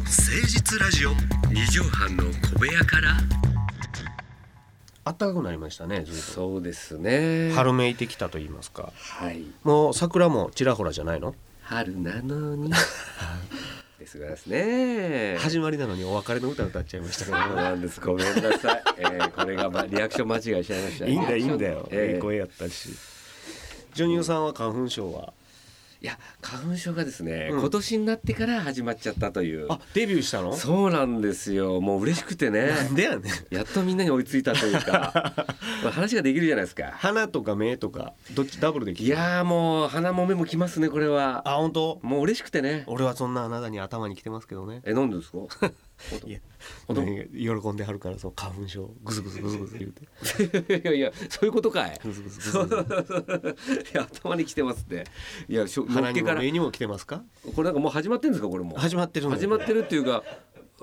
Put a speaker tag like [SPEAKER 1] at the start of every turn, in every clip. [SPEAKER 1] 日ラジオ二畳半の小部屋から
[SPEAKER 2] 暖かくなりましたねずっ
[SPEAKER 1] そうですね
[SPEAKER 2] と春めいてきたと言いますか
[SPEAKER 1] はい
[SPEAKER 2] もう桜もちらほらじゃないの
[SPEAKER 1] 春なの にですがですね
[SPEAKER 2] 始まりなのにお別れの歌歌っちゃいましたけ
[SPEAKER 1] そうなんですごめんなさい、えー、これが、ま、リアクション間違いしちゃいました
[SPEAKER 2] ど いいんだよいいんだよ、
[SPEAKER 1] えー
[SPEAKER 2] いい声やったしジョニオさんは花粉症はい
[SPEAKER 1] や花粉症がですね、
[SPEAKER 2] うん
[SPEAKER 1] 今年になってから始まっちゃったという
[SPEAKER 2] あデビューしたの
[SPEAKER 1] そうなんですよもう嬉しくて ね
[SPEAKER 2] なんでやねん
[SPEAKER 1] やっとみんなに追いついたというか まあ話ができるじゃないですか
[SPEAKER 2] 鼻とか目とかどっちダブルでき
[SPEAKER 1] い
[SPEAKER 2] てる
[SPEAKER 1] やーもう鼻も目もきますねこれは
[SPEAKER 2] あ本当
[SPEAKER 1] もう嬉しくてね
[SPEAKER 2] 俺はそんなあなたに頭にきてますけどね
[SPEAKER 1] えなんでですか
[SPEAKER 2] いや
[SPEAKER 1] ほど
[SPEAKER 2] ね喜んではるからそう花粉症グズグズグズグズ言うて
[SPEAKER 1] いやいやそういうことかい
[SPEAKER 2] グズグズグズ
[SPEAKER 1] そう
[SPEAKER 2] グズ
[SPEAKER 1] いや頭に来てますっていやしょの
[SPEAKER 2] 鼻
[SPEAKER 1] っけ
[SPEAKER 2] に
[SPEAKER 1] か
[SPEAKER 2] も
[SPEAKER 1] ら
[SPEAKER 2] 目にも来てますか
[SPEAKER 1] これなんかもう始まってんですかこれも
[SPEAKER 2] 始まってるんだよ
[SPEAKER 1] 始まってるっていうか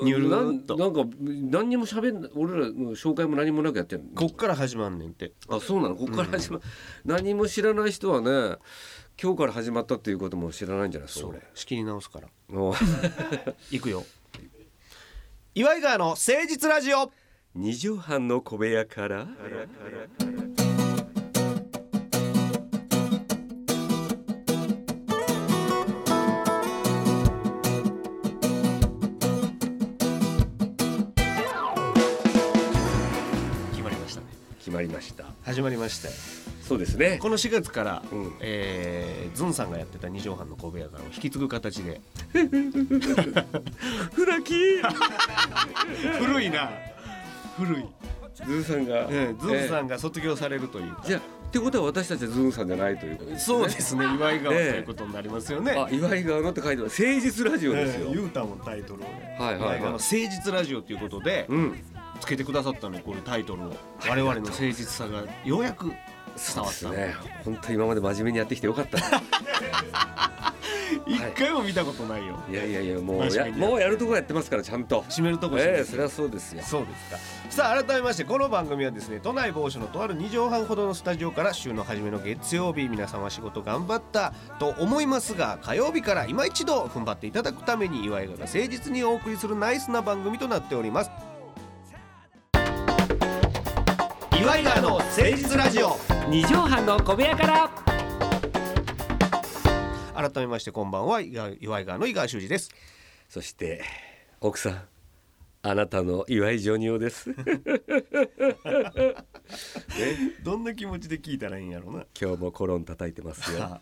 [SPEAKER 2] ニュル
[SPEAKER 1] な
[SPEAKER 2] ー
[SPEAKER 1] ん
[SPEAKER 2] っと
[SPEAKER 1] なんか何にも喋んな俺らの紹介も何もなくやってる
[SPEAKER 2] こっから始まんねんって
[SPEAKER 1] あそうなのここから始ま、何も知らない人はね今日から始まったっていうことも知らないんじゃないですか
[SPEAKER 2] それ仕切り直すから
[SPEAKER 1] もう
[SPEAKER 2] いくよ岩井川の誠実ラジオ
[SPEAKER 1] 二畳半の小部屋から
[SPEAKER 2] 決まりましたね
[SPEAKER 1] 決まりました
[SPEAKER 2] 始まりましたよ
[SPEAKER 1] そうですね
[SPEAKER 2] この4月から、
[SPEAKER 1] うん
[SPEAKER 2] えーズンさんがやってた二畳半の小部屋からを引き継ぐ形で
[SPEAKER 1] フラキー
[SPEAKER 2] 古いな古い、
[SPEAKER 1] ズーさんが、
[SPEAKER 2] うん、ズンさ
[SPEAKER 1] ん
[SPEAKER 2] んが卒業されるという、
[SPEAKER 1] じゃあってことは私たちはズーさんじゃないということですね
[SPEAKER 2] そうですね岩井川と
[SPEAKER 1] ええ
[SPEAKER 2] いうことになりますよね、
[SPEAKER 1] あ岩井川のって書いてます誠実ラジオ
[SPEAKER 2] え
[SPEAKER 1] ですよ、
[SPEAKER 2] えゆうたもタイトルをね、
[SPEAKER 1] はいはいはい
[SPEAKER 2] 岩井川の誠実ラジオということで、
[SPEAKER 1] うん
[SPEAKER 2] つけてくださったのよこれタイトルを我々の誠実さがようやく伝わっ
[SPEAKER 1] です
[SPEAKER 2] た、
[SPEAKER 1] ね本当今まで真面目にやってきてよかった
[SPEAKER 2] 一回も見たことないよ、
[SPEAKER 1] いやいやいやもう
[SPEAKER 2] 真
[SPEAKER 1] や
[SPEAKER 2] 面目にやる
[SPEAKER 1] もうやるとこやってますからちゃんと
[SPEAKER 2] 締めるとこしかない
[SPEAKER 1] ええそれはそうですよ
[SPEAKER 2] そうですかさあ改めましてこの番組はですね都内某所のとある2畳半ほどのスタジオから週の初めの月曜日皆さんは仕事頑張ったと思いますが火曜日から今一度踏ん張っていただくために岩井川が誠実にお送りするナイスな番組となっております岩井川の誠実ラジオ
[SPEAKER 1] 二畳半の小部屋から
[SPEAKER 2] 改めましてこんばんは岩岩井川の井川修司です
[SPEAKER 1] そして奥さんあなたの岩井ジョニオです
[SPEAKER 2] どんな気持ちで聞いたらいいんやろうな
[SPEAKER 1] 今日もコロン叩いてますよね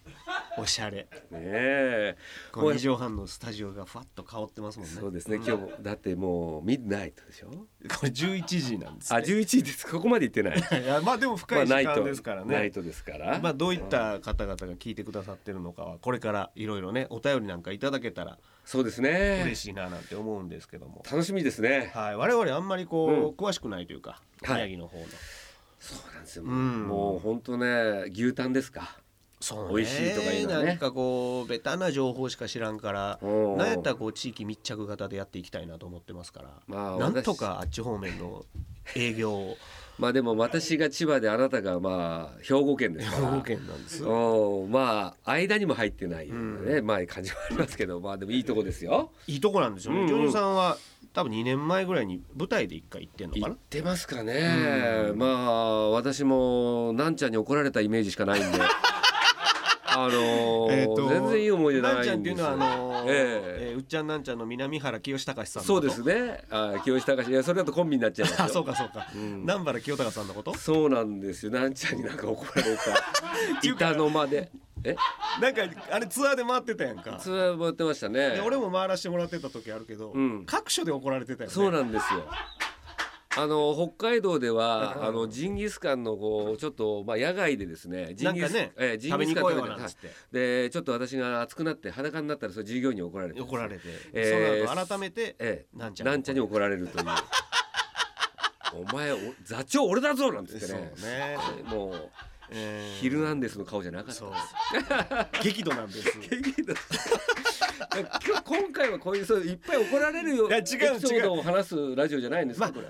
[SPEAKER 2] おしゃれ
[SPEAKER 1] え
[SPEAKER 2] この2畳半のスタジオがふわっと香ってますもんね
[SPEAKER 1] そうですね今日もだってもうミッドナイトでしょ
[SPEAKER 2] これ11時なんです
[SPEAKER 1] あ11時ですここまで行ってない
[SPEAKER 2] いやまあでも深い時
[SPEAKER 1] ナイ
[SPEAKER 2] 間
[SPEAKER 1] ト
[SPEAKER 2] ですから
[SPEAKER 1] ナ
[SPEAKER 2] ね
[SPEAKER 1] イ。トですから
[SPEAKER 2] まあどういった方々が聞いてくださってるのかはこれからいろいろねお便りなんかいただけたら
[SPEAKER 1] そうですね
[SPEAKER 2] 嬉しいななんて思うんですけども。
[SPEAKER 1] 楽しみですね
[SPEAKER 2] はい、我々あんまりこう、詳しくないというか
[SPEAKER 1] はい
[SPEAKER 2] 宮城の方の、
[SPEAKER 1] そうなんですよ、
[SPEAKER 2] ん
[SPEAKER 1] もう本当ね牛タンですか
[SPEAKER 2] そう
[SPEAKER 1] ね美味しいとかいうのはね
[SPEAKER 2] なんかこうベタな情報しか知らんから
[SPEAKER 1] うん
[SPEAKER 2] なんやったらこう地域密着型でやっていきたいなと思ってますから、
[SPEAKER 1] まあ
[SPEAKER 2] なんとかあっち方面の営業を
[SPEAKER 1] まあでも私が千葉であなたがまあ兵庫県ですから
[SPEAKER 2] 兵庫県なんです
[SPEAKER 1] うんまあ間にも入ってないようなね、まあ感じはあります けどまあでもいいとこですよ
[SPEAKER 2] いいとこなんですよ
[SPEAKER 1] うんう
[SPEAKER 2] ね
[SPEAKER 1] ん
[SPEAKER 2] ジョニーさんは多分2年前ぐらいに舞台で一回行ってんのか
[SPEAKER 1] 行
[SPEAKER 2] な
[SPEAKER 1] ってますかねまあ私もなんちゃんに怒られたイメージしかないん であのー
[SPEAKER 2] えーと
[SPEAKER 1] 全然いい思い出ないんです
[SPEAKER 2] な
[SPEAKER 1] よ
[SPEAKER 2] んちゃんっていうのはあのー
[SPEAKER 1] ええ
[SPEAKER 2] えーうっちゃんなんちゃんの南原清隆さんのこ
[SPEAKER 1] そ
[SPEAKER 2] と
[SPEAKER 1] うですねあー清志隆いやそれだとコンビになっちゃ いますよ
[SPEAKER 2] あそうかそうか、南原清隆さんのこと
[SPEAKER 1] そうなんですよ。なんちゃんになんか怒ら れた。板の間で。え、
[SPEAKER 2] なんかあれツアーで回ってたやんか
[SPEAKER 1] つわってましたね
[SPEAKER 2] で。俺も回らせてもらってた時あるけど、
[SPEAKER 1] うん
[SPEAKER 2] 各所で怒られてたよね
[SPEAKER 1] そうなんですよ。あの北海道ではあのジンギスカンのこうちょっとまあ野外でですね。ジンギス
[SPEAKER 2] なんかね
[SPEAKER 1] ええジンギ
[SPEAKER 2] 食べ
[SPEAKER 1] スカン
[SPEAKER 2] に行こうよ
[SPEAKER 1] て
[SPEAKER 2] なんつって
[SPEAKER 1] はいでちょっと私が熱くなって裸になったらそれ従業員に怒られて。
[SPEAKER 2] 怒られて、
[SPEAKER 1] えー
[SPEAKER 2] その後改めて、
[SPEAKER 1] ええ、
[SPEAKER 2] なんちゃん
[SPEAKER 1] なんちゃんに怒られるという。お前お座長俺だぞなんつって
[SPEAKER 2] そう
[SPEAKER 1] ね
[SPEAKER 2] ね。、
[SPEAKER 1] もう
[SPEAKER 2] えー
[SPEAKER 1] ヒルナンデスの顔じゃなかった
[SPEAKER 2] そう激怒なん です
[SPEAKER 1] 今日今回はこういうそういっぱい怒られるよ
[SPEAKER 2] いや違う
[SPEAKER 1] エピソードを話すラジオじゃないんですか、
[SPEAKER 2] まあ
[SPEAKER 1] これ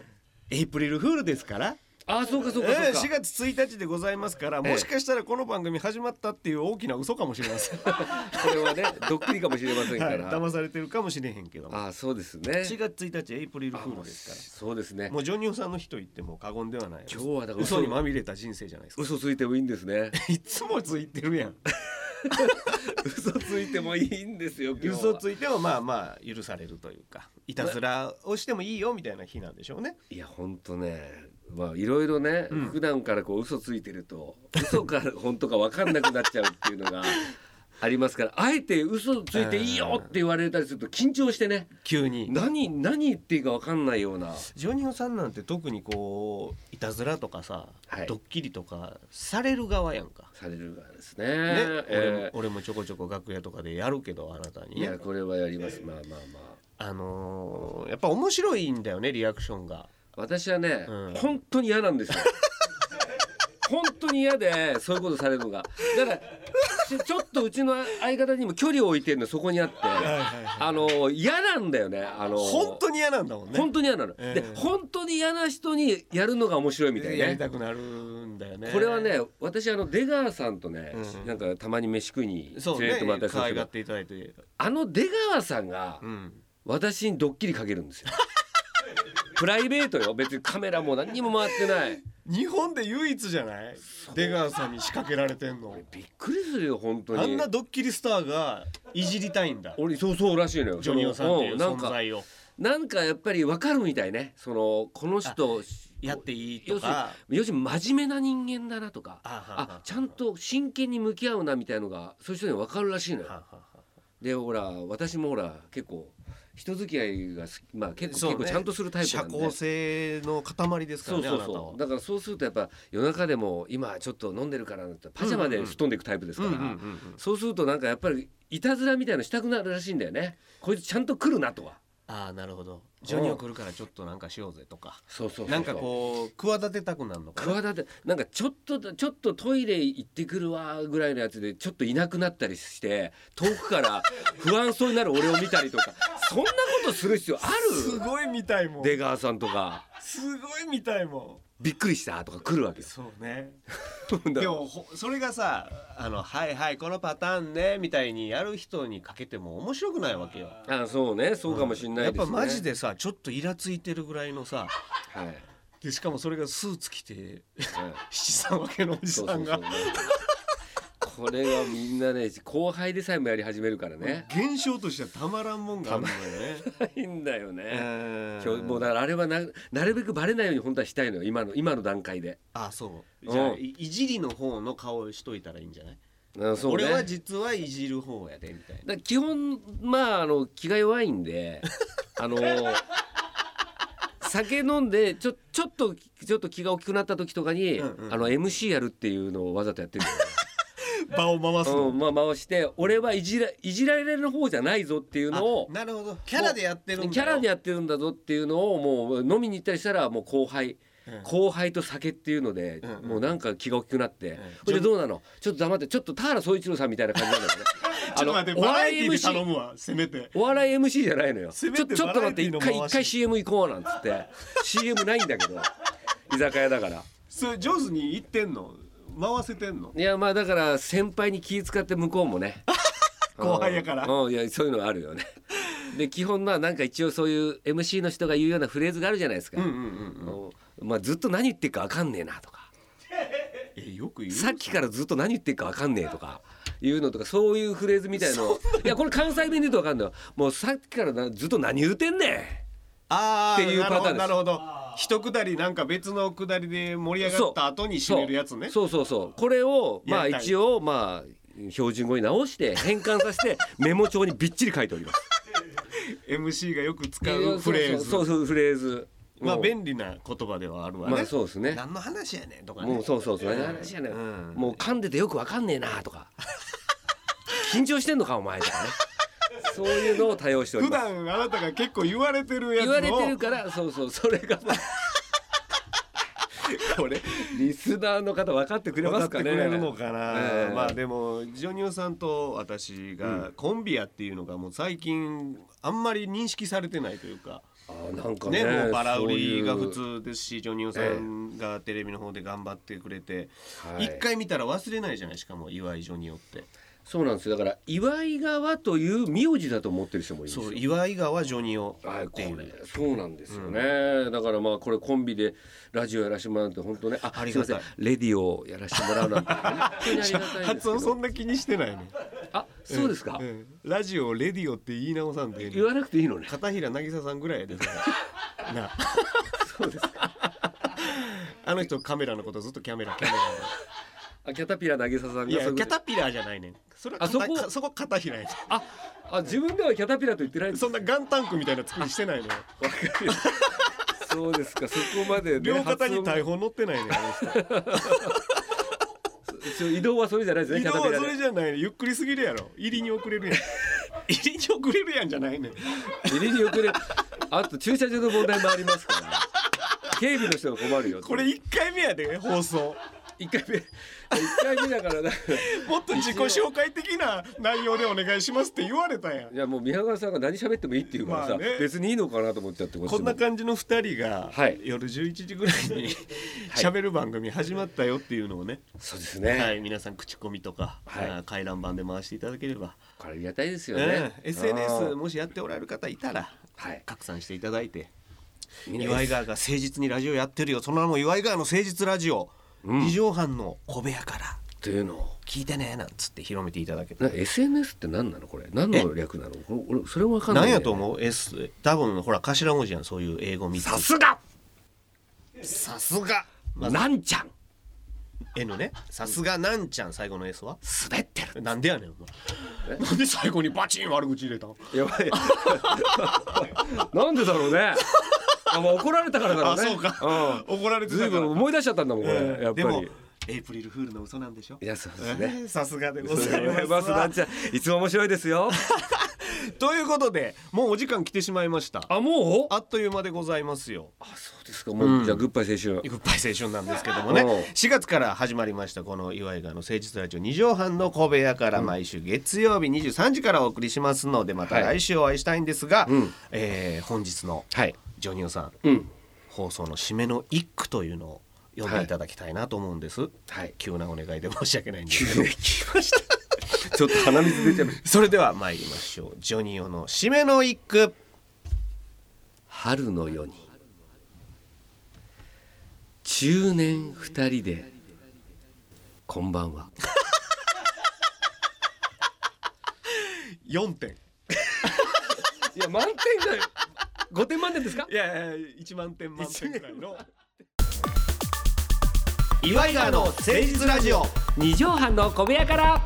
[SPEAKER 2] エイプリルフールですから
[SPEAKER 1] あそうかそうか
[SPEAKER 2] ええ
[SPEAKER 1] そ
[SPEAKER 2] 4
[SPEAKER 1] うか
[SPEAKER 2] 月1日でございますから
[SPEAKER 1] ええ
[SPEAKER 2] もしかしたらこの番組始まったっていう大きな嘘かもしれませ ん、はい、
[SPEAKER 1] これはねドッキリかもしれませんから、
[SPEAKER 2] 騙されてるかもしれへんけども
[SPEAKER 1] あそうですね
[SPEAKER 2] 4月1日エイプリルフールですから
[SPEAKER 1] そうですね
[SPEAKER 2] もうジョニオさんの日と言っても過言ではない
[SPEAKER 1] 今日はだから
[SPEAKER 2] 嘘にまみれた人生じゃないですか
[SPEAKER 1] 嘘ついてもいいんですね
[SPEAKER 2] いつもついてるやん
[SPEAKER 1] 嘘ついてもいいんですよ今日は
[SPEAKER 2] 嘘ついてもまあまあ許されるというかいたずらをしてもいいよみたいな日なんでしょうね
[SPEAKER 1] いや本当ねまあいろいろね、
[SPEAKER 2] うん
[SPEAKER 1] 普段からこう嘘ついてると嘘か本当か分かんなくなっちゃうっていうのがありますからあえて嘘ついていいよって言われたりすると緊張してね
[SPEAKER 2] 急に
[SPEAKER 1] 何何言っていいか分かんないような
[SPEAKER 2] ジョニオさんなんて特にこういたずらとかさ、
[SPEAKER 1] はい
[SPEAKER 2] ドッキリとかされる側やんか、
[SPEAKER 1] される側ですね。ね
[SPEAKER 2] ね俺も
[SPEAKER 1] え
[SPEAKER 2] 俺もちょこちょこ楽屋とかでやるけどあなた
[SPEAKER 1] ー、
[SPEAKER 2] に
[SPEAKER 1] い
[SPEAKER 2] ね
[SPEAKER 1] やこれはやりますまあまあまあ
[SPEAKER 2] あのーやっぱ面白いんだよねリアクションが
[SPEAKER 1] 私はね、
[SPEAKER 2] うん
[SPEAKER 1] 本当に嫌な んですよ本当に嫌でそういうことされるのがだからちちょっとうちの相方にも距離を置いてるのそこにあってあの嫌なんだよねあの
[SPEAKER 2] 本当に嫌なんだもんね
[SPEAKER 1] 本当に嫌なの、
[SPEAKER 2] ええ
[SPEAKER 1] で本当に嫌な人にやるのが面白いみたい
[SPEAKER 2] や
[SPEAKER 1] な
[SPEAKER 2] り
[SPEAKER 1] ね
[SPEAKER 2] たくなるんだよね
[SPEAKER 1] これはね私あの出川さんとね、
[SPEAKER 2] うん
[SPEAKER 1] なんかたまに飯食いに連
[SPEAKER 2] そう
[SPEAKER 1] れて
[SPEAKER 2] ね
[SPEAKER 1] ってもらったりす
[SPEAKER 2] 可
[SPEAKER 1] る
[SPEAKER 2] 愛
[SPEAKER 1] んですけ
[SPEAKER 2] が
[SPEAKER 1] ど
[SPEAKER 2] っていただいて
[SPEAKER 1] あの出川さんが
[SPEAKER 2] うん
[SPEAKER 1] 私にドッキリかける んですよプライベートよ別にカメラも何にも回ってない
[SPEAKER 2] 日本で唯一じゃない出川さんに仕掛けられてんの
[SPEAKER 1] びっくりするよ本当に
[SPEAKER 2] あんなドッキリスターがいじりたいんだ
[SPEAKER 1] 俺そうそうらしいのよ
[SPEAKER 2] ジョニオさんっていう
[SPEAKER 1] そのう
[SPEAKER 2] 存在を
[SPEAKER 1] なんかなんかやっぱり分かるみたいねそのこの人
[SPEAKER 2] やっていい
[SPEAKER 1] 要
[SPEAKER 2] と
[SPEAKER 1] する
[SPEAKER 2] か
[SPEAKER 1] に要するに真面目な人間だなとか
[SPEAKER 2] あはあは
[SPEAKER 1] あ
[SPEAKER 2] あ
[SPEAKER 1] ちゃんと真剣に向き合うなみたいのがそういう人には分かるらしいの
[SPEAKER 2] はあ
[SPEAKER 1] よ
[SPEAKER 2] はあはあ
[SPEAKER 1] でほら私もほら結構人付き合いが好きまあ結
[SPEAKER 2] そ
[SPEAKER 1] 構,、
[SPEAKER 2] うね
[SPEAKER 1] 結構ちゃんとするタイプな
[SPEAKER 2] 社
[SPEAKER 1] んで
[SPEAKER 2] 交性の塊ですか
[SPEAKER 1] そ
[SPEAKER 2] ら
[SPEAKER 1] う
[SPEAKER 2] ね
[SPEAKER 1] そう
[SPEAKER 2] あなたは
[SPEAKER 1] そうだからそうするとやっぱ夜中でも今ちょっと飲んでるからなんてパジャマで布団でいくタイプですから、そうするとなんかやっぱりいたずらみたいのしたくなるらしいんだよねこいつちゃんと来るなとは
[SPEAKER 2] ああなるほどジョニオ来るからちょっとなんかしようぜとか
[SPEAKER 1] そうそうそうそう
[SPEAKER 2] なんかこう企てたくなるのかな
[SPEAKER 1] 企てなんかちょっとだちょっとトイレ行ってくるわぐらいのやつでちょっといなくなったりして遠くから不安そうになる俺を見たりとかそんなことする必要あ
[SPEAKER 2] す
[SPEAKER 1] る
[SPEAKER 2] ごいみたいもん
[SPEAKER 1] 出川さんとか
[SPEAKER 2] すごいみたいも
[SPEAKER 1] びっくりしたとか来るわけ
[SPEAKER 2] ん
[SPEAKER 1] です
[SPEAKER 2] そうね
[SPEAKER 1] だ
[SPEAKER 2] でもほそれがさあのはいはいこのパターンねみたいにやる人にかけても面白くないわけよ
[SPEAKER 1] あそうねそうかもしんないです、ね
[SPEAKER 2] やっぱマジ、でさちょっとイラついてるぐらいのさ
[SPEAKER 1] はいはい、
[SPEAKER 2] でしかもそれがスーツ着て 七三分けのおじさ
[SPEAKER 1] そ
[SPEAKER 2] ん
[SPEAKER 1] うそうそ
[SPEAKER 2] が
[SPEAKER 1] うねこれはみんなね後輩でさえもやり始めるからね
[SPEAKER 2] 現象としてはたまらんもんがあるんだよ ね
[SPEAKER 1] いいんだよね、
[SPEAKER 2] え
[SPEAKER 1] 今日もうだからあれはななるべくバレないように本当はしたいのよ今の今の段階で。
[SPEAKER 2] あそう
[SPEAKER 1] うん
[SPEAKER 2] じゃあいいじりの方の顔をしといたらいいんじゃない、
[SPEAKER 1] うんそうね
[SPEAKER 2] 俺は実はいじる方やでみたいな
[SPEAKER 1] だから基本まああの気が弱いん であの酒飲んでちょちょっとちょっと気が大きくなった時とかに、
[SPEAKER 2] うんうん
[SPEAKER 1] あの MC やるっていうのをわざとやってる
[SPEAKER 2] 場を回す
[SPEAKER 1] のよ、
[SPEAKER 2] の、
[SPEAKER 1] うんまあ、回して俺はいじらいじられる方じゃないぞっていうのを
[SPEAKER 2] あなるほどキャラでやってるんだよ
[SPEAKER 1] キャラでやってるんだぞっていうのをもう飲みに行ったりしたらもう後輩
[SPEAKER 2] うん
[SPEAKER 1] 後輩と酒っていうので、
[SPEAKER 2] うんうん
[SPEAKER 1] もうなんか気が大きくなって、
[SPEAKER 2] ん
[SPEAKER 1] それでどうなのちょっと黙ってちょっと田原総一郎さんみたいな 感じなんだよね
[SPEAKER 2] ちょっと待ってバラエティで頼
[SPEAKER 1] MC
[SPEAKER 2] むわせめて
[SPEAKER 1] お笑い MC じゃないのよち
[SPEAKER 2] せ
[SPEAKER 1] ょ
[SPEAKER 2] めて
[SPEAKER 1] ちょっと待って
[SPEAKER 2] バラエティ
[SPEAKER 1] 一
[SPEAKER 2] の
[SPEAKER 1] 回
[SPEAKER 2] 回し
[SPEAKER 1] 一回 CM 行こうなんつって CM ないんだけど居酒屋だから
[SPEAKER 2] それ上手に言ってんの回せてんの
[SPEAKER 1] いやまあだから先輩に気使って向こうもね
[SPEAKER 2] 後輩やから
[SPEAKER 1] うんうんいやそういうのはあるよねで基本まあなんか一応そういう MC の人が言うようなフレーズがあるじゃないですか、
[SPEAKER 2] うんうんうんうん
[SPEAKER 1] まあずっと何言ってるか分かんねえなとか
[SPEAKER 2] えよく言う
[SPEAKER 1] さっきからずっと何言ってるか分かんねえとかいうのとかそういうフレーズみたいのをいやこれ関西弁で言うと分かんのよもうさっきからなずっと何言うてんねん
[SPEAKER 2] あー
[SPEAKER 1] っていうパターンです
[SPEAKER 2] なるほどなるほど一くだりなんか別のくだりで盛り上がった後に締めるやつね
[SPEAKER 1] そうそうそうそうこれをまあ
[SPEAKER 2] やりたい
[SPEAKER 1] 一応まあ標準語に直して変換させ てメモ帳にびっちり書いております
[SPEAKER 2] MC がよく使うフレーズ
[SPEAKER 1] そうそうそうフレーズ
[SPEAKER 2] まあ
[SPEAKER 1] もう
[SPEAKER 2] 便利な言葉ではあるわね、
[SPEAKER 1] まあそうですね
[SPEAKER 2] 何の話やねんとかね
[SPEAKER 1] もうそうそうそう何の話やねん
[SPEAKER 2] うん
[SPEAKER 1] もう噛んでてよく分かんねえなとか緊張してんのかお前とかねそういうのを多用しており
[SPEAKER 2] 普
[SPEAKER 1] ます
[SPEAKER 2] 段あなたが結構言われてるやつを
[SPEAKER 1] 言われてるからそうそうそれが
[SPEAKER 2] これ
[SPEAKER 1] リスナーの方分かってくれ
[SPEAKER 2] 分
[SPEAKER 1] ま
[SPEAKER 2] かっ
[SPEAKER 1] す
[SPEAKER 2] て
[SPEAKER 1] か
[SPEAKER 2] く
[SPEAKER 1] ね
[SPEAKER 2] れるのかな、
[SPEAKER 1] ええ
[SPEAKER 2] まあでもジョニオさんと私がコンビやっていうのがもう最近あんまり認識されてないというか、
[SPEAKER 1] あーなんか
[SPEAKER 2] ね
[SPEAKER 1] ね
[SPEAKER 2] もうバラ売りが普
[SPEAKER 1] そういう
[SPEAKER 2] 通ですしジョニオさんがテレビの方で頑張ってくれて
[SPEAKER 1] はい
[SPEAKER 2] 一、回見たら忘れないじゃないしかも岩井ジョニオって
[SPEAKER 1] そうなんですよだから岩井川という名字だと思ってる人もいるんです
[SPEAKER 2] そう
[SPEAKER 1] よ
[SPEAKER 2] 岩井川ジョニオ
[SPEAKER 1] はい、
[SPEAKER 2] っ
[SPEAKER 1] こ
[SPEAKER 2] て
[SPEAKER 1] れ
[SPEAKER 2] いう
[SPEAKER 1] そうなんですよね、だからまあこれコンビでラジオやらしてもらうって本当ねあ
[SPEAKER 2] あり
[SPEAKER 1] すい
[SPEAKER 2] が
[SPEAKER 1] ま
[SPEAKER 2] たい
[SPEAKER 1] せんレディオをやらしてもらうな んて本当にありが たいんです
[SPEAKER 2] 発
[SPEAKER 1] け
[SPEAKER 2] 音そ
[SPEAKER 1] ど
[SPEAKER 2] んな気にしてないね
[SPEAKER 1] あそうですか、
[SPEAKER 2] んラジオをレディオって言い直さんで
[SPEAKER 1] 言わなくていいのね
[SPEAKER 2] 片平渚さんぐらいやでそれ なあ
[SPEAKER 1] そうです
[SPEAKER 2] あの人カメラのことずっとキャメラキャメラ
[SPEAKER 1] あキャタピラ渚さんが
[SPEAKER 2] いや
[SPEAKER 1] そうう
[SPEAKER 2] キ
[SPEAKER 1] こ
[SPEAKER 2] ャ
[SPEAKER 1] と
[SPEAKER 2] タピラーじゃないねんそれは
[SPEAKER 1] あそこ
[SPEAKER 2] 片そこ片平やね
[SPEAKER 1] ああ自分ではキャタピラと言ってないん
[SPEAKER 2] ん
[SPEAKER 1] です
[SPEAKER 2] そんなガンタンクみたいな作りしてないのよ
[SPEAKER 1] わかるよ そうですかそこまで、ね、
[SPEAKER 2] 両肩に
[SPEAKER 1] 対
[SPEAKER 2] 大砲乗ってないねんあの人
[SPEAKER 1] 移動はそれじゃないですね
[SPEAKER 2] 移動
[SPEAKER 1] キャ
[SPEAKER 2] は
[SPEAKER 1] タ
[SPEAKER 2] そ
[SPEAKER 1] ピラ
[SPEAKER 2] れじゃないねゆっくりすぎるやろ入りに遅れるやん入りに遅れるやんじゃないねん
[SPEAKER 1] で入りに遅れるあと駐車場の問題もありますから、ね、警備の人が困る よ
[SPEAKER 2] これ1回目やで放送
[SPEAKER 1] 一回目一回目だからだから
[SPEAKER 2] もっと自己紹介的な内容でお願いしますって言われたやん
[SPEAKER 1] いやもう宮川さんが何喋ってもいいっていうからさ、
[SPEAKER 2] まあね
[SPEAKER 1] 別にいいのかなと思っちゃってこっちも
[SPEAKER 2] こんな感じの2人が、
[SPEAKER 1] はい
[SPEAKER 2] 夜11時ぐらい に喋る番組始まったよっていうのをね、
[SPEAKER 1] そうですね、
[SPEAKER 2] はい、皆さん口コミとか、
[SPEAKER 1] はい
[SPEAKER 2] あー回覧板で回していただければ、
[SPEAKER 1] これありがたいですよ
[SPEAKER 2] ね
[SPEAKER 1] ね、あ
[SPEAKER 2] SNS
[SPEAKER 1] ー
[SPEAKER 2] もしやっておられる方いたら
[SPEAKER 1] はい
[SPEAKER 2] 拡散していただいて
[SPEAKER 1] みんな
[SPEAKER 2] 岩井川が誠実にラジオやってるよその名も岩井川の誠実ラジオ、
[SPEAKER 1] うん
[SPEAKER 2] 二畳半の小部屋から
[SPEAKER 1] っていうのを
[SPEAKER 2] 聞いてねなんつって広めていただけた
[SPEAKER 1] な SNS って何なのこれ何の略なのこれ俺それわかんない
[SPEAKER 2] なんやと思う S 多分ほら頭文字やんそういう英語見て
[SPEAKER 1] さすが
[SPEAKER 2] さすが、まず
[SPEAKER 1] なんちゃん
[SPEAKER 2] N ねさすがなんちゃん最後の S は
[SPEAKER 1] 滑ってる
[SPEAKER 2] なんでやねんお前なんで最後にバチン悪口入れたん
[SPEAKER 1] やばい なんでだろうねあまあ怒られたからだろうね
[SPEAKER 2] あそうか、怒られ
[SPEAKER 1] ん、
[SPEAKER 2] て
[SPEAKER 1] ずい
[SPEAKER 2] た
[SPEAKER 1] ぶ
[SPEAKER 2] か
[SPEAKER 1] ん
[SPEAKER 2] ら
[SPEAKER 1] 思い出しちゃったんだもんこれ、やっ
[SPEAKER 2] で
[SPEAKER 1] ぱ
[SPEAKER 2] も
[SPEAKER 1] り
[SPEAKER 2] エイプリルフールの嘘なんでしょ
[SPEAKER 1] いやそうですね
[SPEAKER 2] えーさすがでご
[SPEAKER 1] そう
[SPEAKER 2] ざい
[SPEAKER 1] で
[SPEAKER 2] ます
[SPEAKER 1] ございますな
[SPEAKER 2] わ
[SPEAKER 1] んちゃんいつも面白いですよ
[SPEAKER 2] ということでもうお時間来てしまいました
[SPEAKER 1] あもう
[SPEAKER 2] あっという間でございますよ
[SPEAKER 1] あそうですかもう、
[SPEAKER 2] うん
[SPEAKER 1] じゃあグッバイ青春
[SPEAKER 2] グッバイ青春なんですけどもね
[SPEAKER 1] うん
[SPEAKER 2] 4月から始まりましたこの岩井川の誠実ラジオ2畳半の小部屋から毎週月曜日23時からお送りしますのでまた来週お会いしたいんですが、
[SPEAKER 1] うん
[SPEAKER 2] えー本日の
[SPEAKER 1] はい
[SPEAKER 2] ジョニオさん
[SPEAKER 1] うん
[SPEAKER 2] 放送の締めの一句というのを読んでいただきたいなと思うんです、
[SPEAKER 1] はい
[SPEAKER 2] 急なお願いで申し訳ないんです
[SPEAKER 1] 急
[SPEAKER 2] けど
[SPEAKER 1] に聞きましたちょっと鼻水出ちゃいました
[SPEAKER 2] それでは参りましょうジョニオの締めの一句
[SPEAKER 1] 春の夜に中年二人でこんばんは
[SPEAKER 2] 4点
[SPEAKER 1] いや満点だよ五点満点ですか
[SPEAKER 2] いやいや1万点満点ぐらいの
[SPEAKER 1] 岩井川の
[SPEAKER 2] 誠実ラジオ
[SPEAKER 1] 二畳半の小部屋から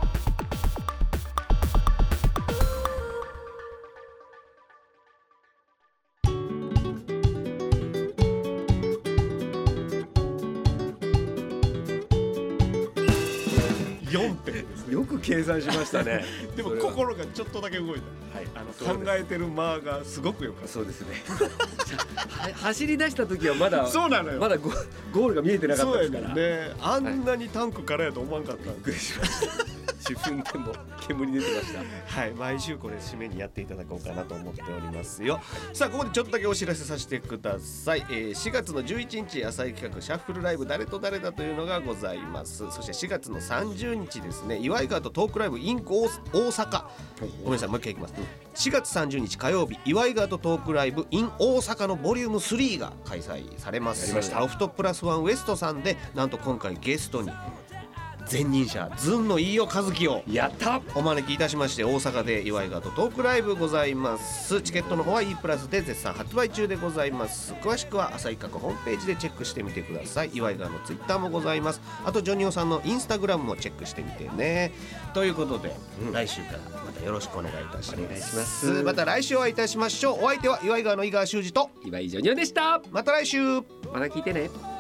[SPEAKER 2] 4点です
[SPEAKER 1] よく計算しましたね
[SPEAKER 2] でも
[SPEAKER 1] それは
[SPEAKER 2] 心がちょっとだけ動い
[SPEAKER 1] はいあの
[SPEAKER 2] た考えてる間がすごくよかっ
[SPEAKER 1] そうですね は走り出した時はまだ
[SPEAKER 2] たそうなのよ
[SPEAKER 1] まだゴゴールが見えてなかった
[SPEAKER 2] そう
[SPEAKER 1] で
[SPEAKER 2] やね
[SPEAKER 1] すから
[SPEAKER 2] んねあんなにタンクからやと思わんかったんで
[SPEAKER 1] 自分でも煙出てました
[SPEAKER 2] はい、毎週これ締めにやっていただこうかなと思っておりますよ。さあここでちょっとだけお知らせさせてください。えー4月の11日浅井企画シャッフルライブ誰と誰だというのがございます。そして4月の30日ですね、岩井川とトークライブインク大阪。ごめんなさい、もう一回いきます。4月30日火曜日、岩井川とトークライブ in 大阪のボリューム3が開催されます。
[SPEAKER 1] やりました
[SPEAKER 2] ラフトプラスワンウエストさんで、なんと今回ゲストに前任者ズンの飯尾和樹を
[SPEAKER 1] やった
[SPEAKER 2] お招きいたしまして大阪で岩井川とトークライブございますチケットの方は E プラスで絶賛発売中でございます詳しくは朝一角ホームページでチェックしてみてください岩井川のツイッターもございますあとジョニオさんのインスタグラムもチェックしてみてねということで、来週からまたよろしくお願いいたします
[SPEAKER 1] お願いします
[SPEAKER 2] また来週お会いいたしましょうお相手は岩井川の井川修司と
[SPEAKER 1] 今井ジョニオでした
[SPEAKER 2] また来週
[SPEAKER 1] また聞いてね